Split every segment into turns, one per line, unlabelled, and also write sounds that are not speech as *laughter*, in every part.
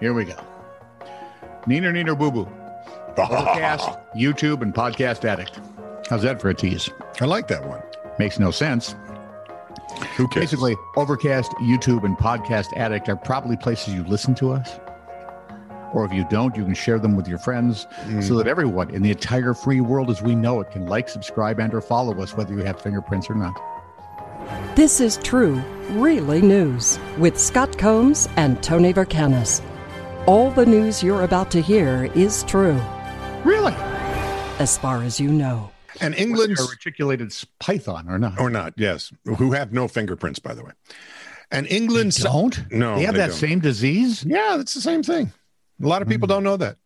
Here we go. Neener, neener, boo boo. Overcast,
*laughs*
YouTube, and Podcast Addict. How's that for a tease?
I like that one.
Makes no sense.
Who cares?
Basically, Overcast, YouTube, and Podcast Addict are probably places you listen to us. Or if you don't, you can share them with your friends so
Mm.
that everyone in the entire free world as we know it can like, subscribe, and or follow us, whether you have fingerprints or not.
This is true, really news with Scott Combs and Tony Vercanis. All the news you're about to hear is true,
Really?
as far as you know.
and
England's
England's
reticulated python or not?
or not? Yes, who have no fingerprints, by the way. And England
don't?
No,
They have
they
that
don't.
same disease?
Yeah, it's the same thing. A lot of
Hmm.
people don't know that.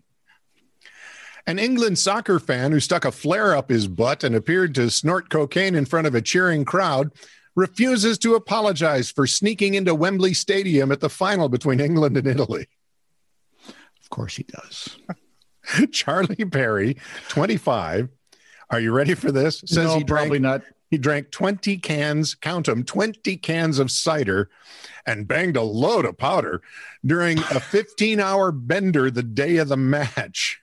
An England soccer fan who stuck a flare up his butt and appeared to snort cocaine in front of a cheering crowd refuses to apologize for sneaking into Wembley Stadium at the final between England and Italy. *laughs*
Of course he does.
Charlie Perry, 25. Are you ready for this? Says
no,
he drank
probably not.
He drank 20 cans, count them, 20 cans of cider and banged a load of powder during
*laughs*
a 15 hour bender the day of the match.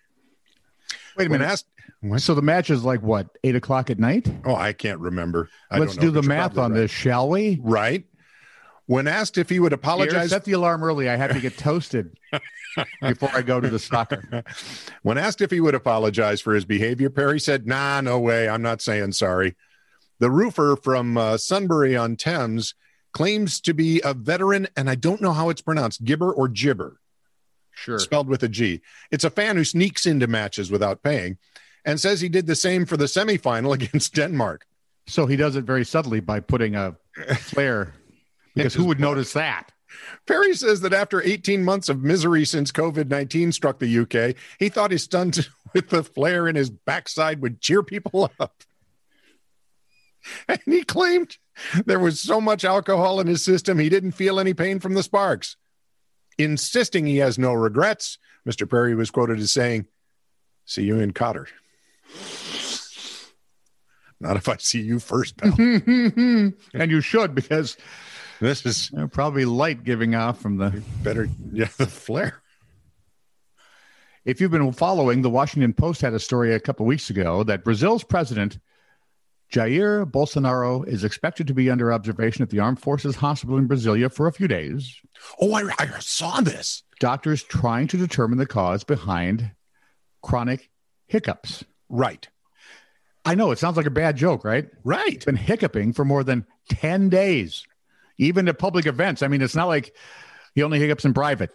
Wait a
When
minute.
asked, what?
So the match is like what, eight o'clock at night?
oh, I can't remember. I
Let's
don't know,
do the
but you're
math
probably
on
right.
this, shall we?
Right. When asked if he would
Here,
apologize,
set the alarm early. I have to
*laughs*
get toasted before I go to the soccer.
when asked if he would apologize for his behavior, Perry said, nah, no way. I'm not saying sorry. The roofer from uh, Sunbury on Thames claims to be a veteran, and I don't know how it's pronounced, Gibber or Gibber.
Sure.
spelled with a G. It's a fan who sneaks into matches without paying and says he did the same for the semifinal *laughs* against Denmark.
So he does it very subtly by putting a
*laughs*
flare, because who would notice that? *laughs*
Perry says that after 18 months of misery since COVID 19 struck the UK, he thought his stunt *laughs* with the flare in his backside would cheer people *laughs* up. And he claimed there was so much alcohol in his system, he didn't feel any pain from the sparks. Insisting he has no regrets, Mr. Perry was quoted as saying, See you in Cotter. Not if I see you first, pal.
and you should, because
this is
you know, probably light giving off from the.
better. Yeah, the flare.
If you've been following, the Washington Post had a story a couple weeks ago that Brazil's president, Jair Bolsonaro, is expected to be under observation at the Armed Forces Hospital in Brasilia for a few days.
Oh, I, I saw this.
doctors trying to determine the cause behind chronic hiccups.
Right.
I know it sounds like a bad joke, right?
Right.
It's been hiccuping for more than 10 days, even at public events. I mean, it's not like he only hiccups in private.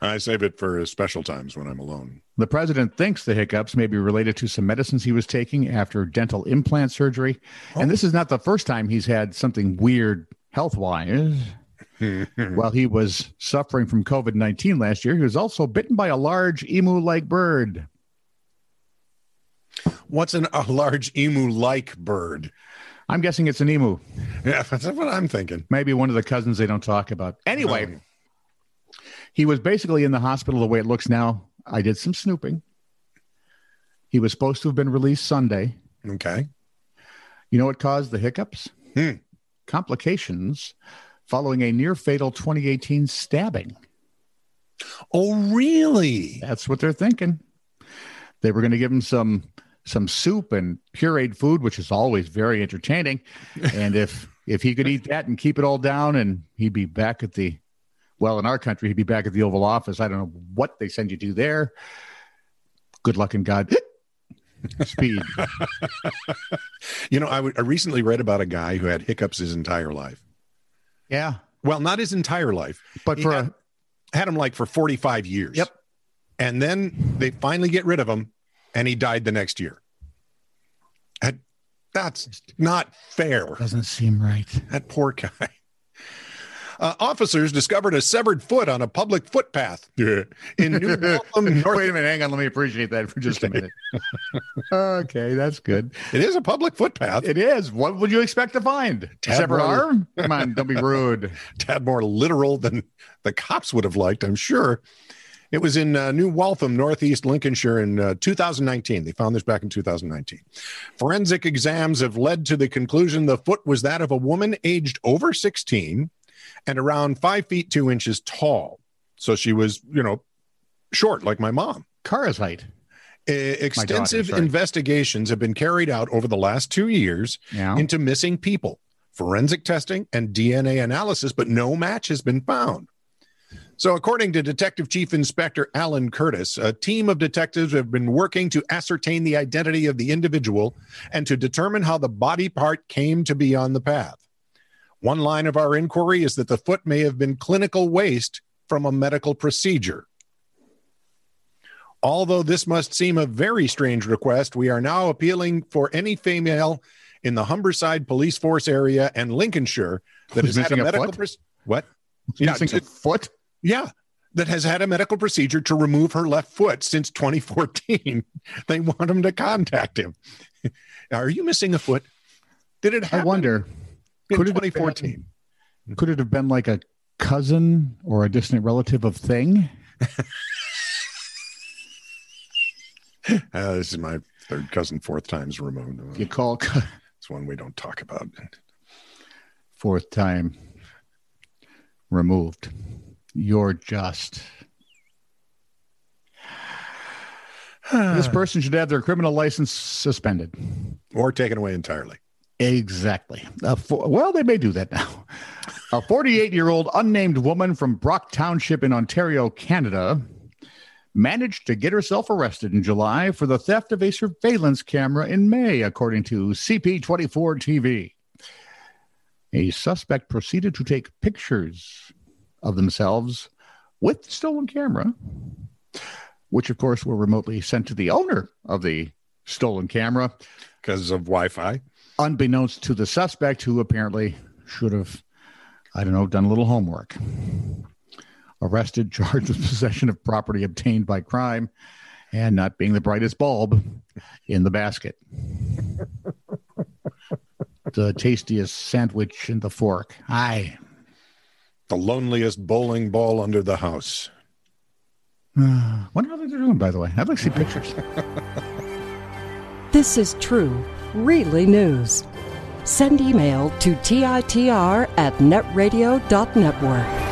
I save it for special times when I'm alone. *laughs*
The president thinks the hiccups may be related to some medicines he was taking after dental implant surgery. And this is not the first time he's had something weird health wise. While he was suffering from COVID 19 last year, he was also bitten by a large emu like bird.
What's an, a large emu like bird?
I'm guessing it's an emu.
Yeah, *laughs* that's what I'm thinking.
Maybe one of the cousins they don't talk about. Anyway, he was basically in the hospital the way it looks now. I did some snooping. He was supposed to have been released Sunday.
Oh, Okay.
You know what caused the hiccups?
Hmm.
Complications following a near fatal 2018 stabbing.
Oh, really?
That's what they're thinking. They were going to give him some some soup and pureed food, which is always very entertaining. And if *laughs* if he could eat that and keep it all down, and he'd be back at the well, in our country, he'd be back at the Oval Office. I don't know what they send you to there. Good luck and God *laughs* speed.
You know, I would- I recently read about a guy who had hiccups his entire life.
yeah,
Well, not his entire life.
but
He
for
had, had him like for 45 years.
Yep.
And then they finally get rid of him and he died the next year. And that's not fair.
a doesn't seem right.
That poor guy. *laughs* Uh, officers discovered a severed foot on a public footpath in New
*laughs*
Belgium, North.
Oh, Wait a minute, hang on. Let me appreciate that for just a *laughs* minute. okay, that's good.
It is a public footpath.
It is. What would you expect to find?
Tad
Severed *laughs*
Brother.
arm? Come on, don't be rude.
Tad more literal than the cops would have liked, I'm sure. It was in uh, New Waltham, Northeast Lincolnshire, in uh, 2019. They found this back in 2019. Forensic exams have led to the conclusion the foot was that of a woman aged over 16 and around five feet two inches tall. So she was, you know, short like my mom.
Kara's height.
E- Extensive
sorry.
investigations have been carried out over the last two years
Yeah.
into missing people, forensic testing, and DNA analysis, but no match has been found. So, according to Detective Chief Inspector Alan Curtis, a team of detectives have been working to ascertain the identity of the individual and to determine how the body part came to be on the path. One line of our inquiry is that the foot may have been clinical waste from a medical procedure. Although this must seem a very strange request, we are now appealing for any female in the Humberside Police Force area and Lincolnshire that
Who's
has had a
missing a
medical
foot?
proc- what
Yeah,
Yeah,
Missing a
it-
foot.
yeah that has had a medical procedure to remove her left foot since 2014. *laughs* they want him to contact him. *laughs* Are you missing a foot? Did it happen
I *laughs* wonder.
in
could it have
2014?
Could it have been like a cousin or a distant relative of Thing?
Uh, this is my third cousin, fourth times removed.
You call *laughs*
It's one we don't talk about.
fourth time removed. You're just. This person should have their criminal license suspended.
*sighs* or taken away entirely.
Exactly. A fo- well, they may do that now. A 48 year old unnamed woman from Brock Township in Ontario, Canada, managed to get herself arrested in July for the theft of a surveillance camera in May, according to CP24 TV. A suspect proceeded to take pictures of themselves with the stolen camera, which, of course, were remotely sent to the owner of the stolen camera
because of Wi-Fi.
unbeknownst to the suspect, who apparently should have, I don't know, done a little homework. Arrested, *laughs* charged with possession of property obtained by crime and not being the brightest bulb in the basket. the tastiest sandwich in the fork. Aye.
The loneliest bowling ball under the house.
Uh, wonder how they're doing, by the way. I'd like to see pictures.
This is true, really news. Send email to TITR at netradio.network.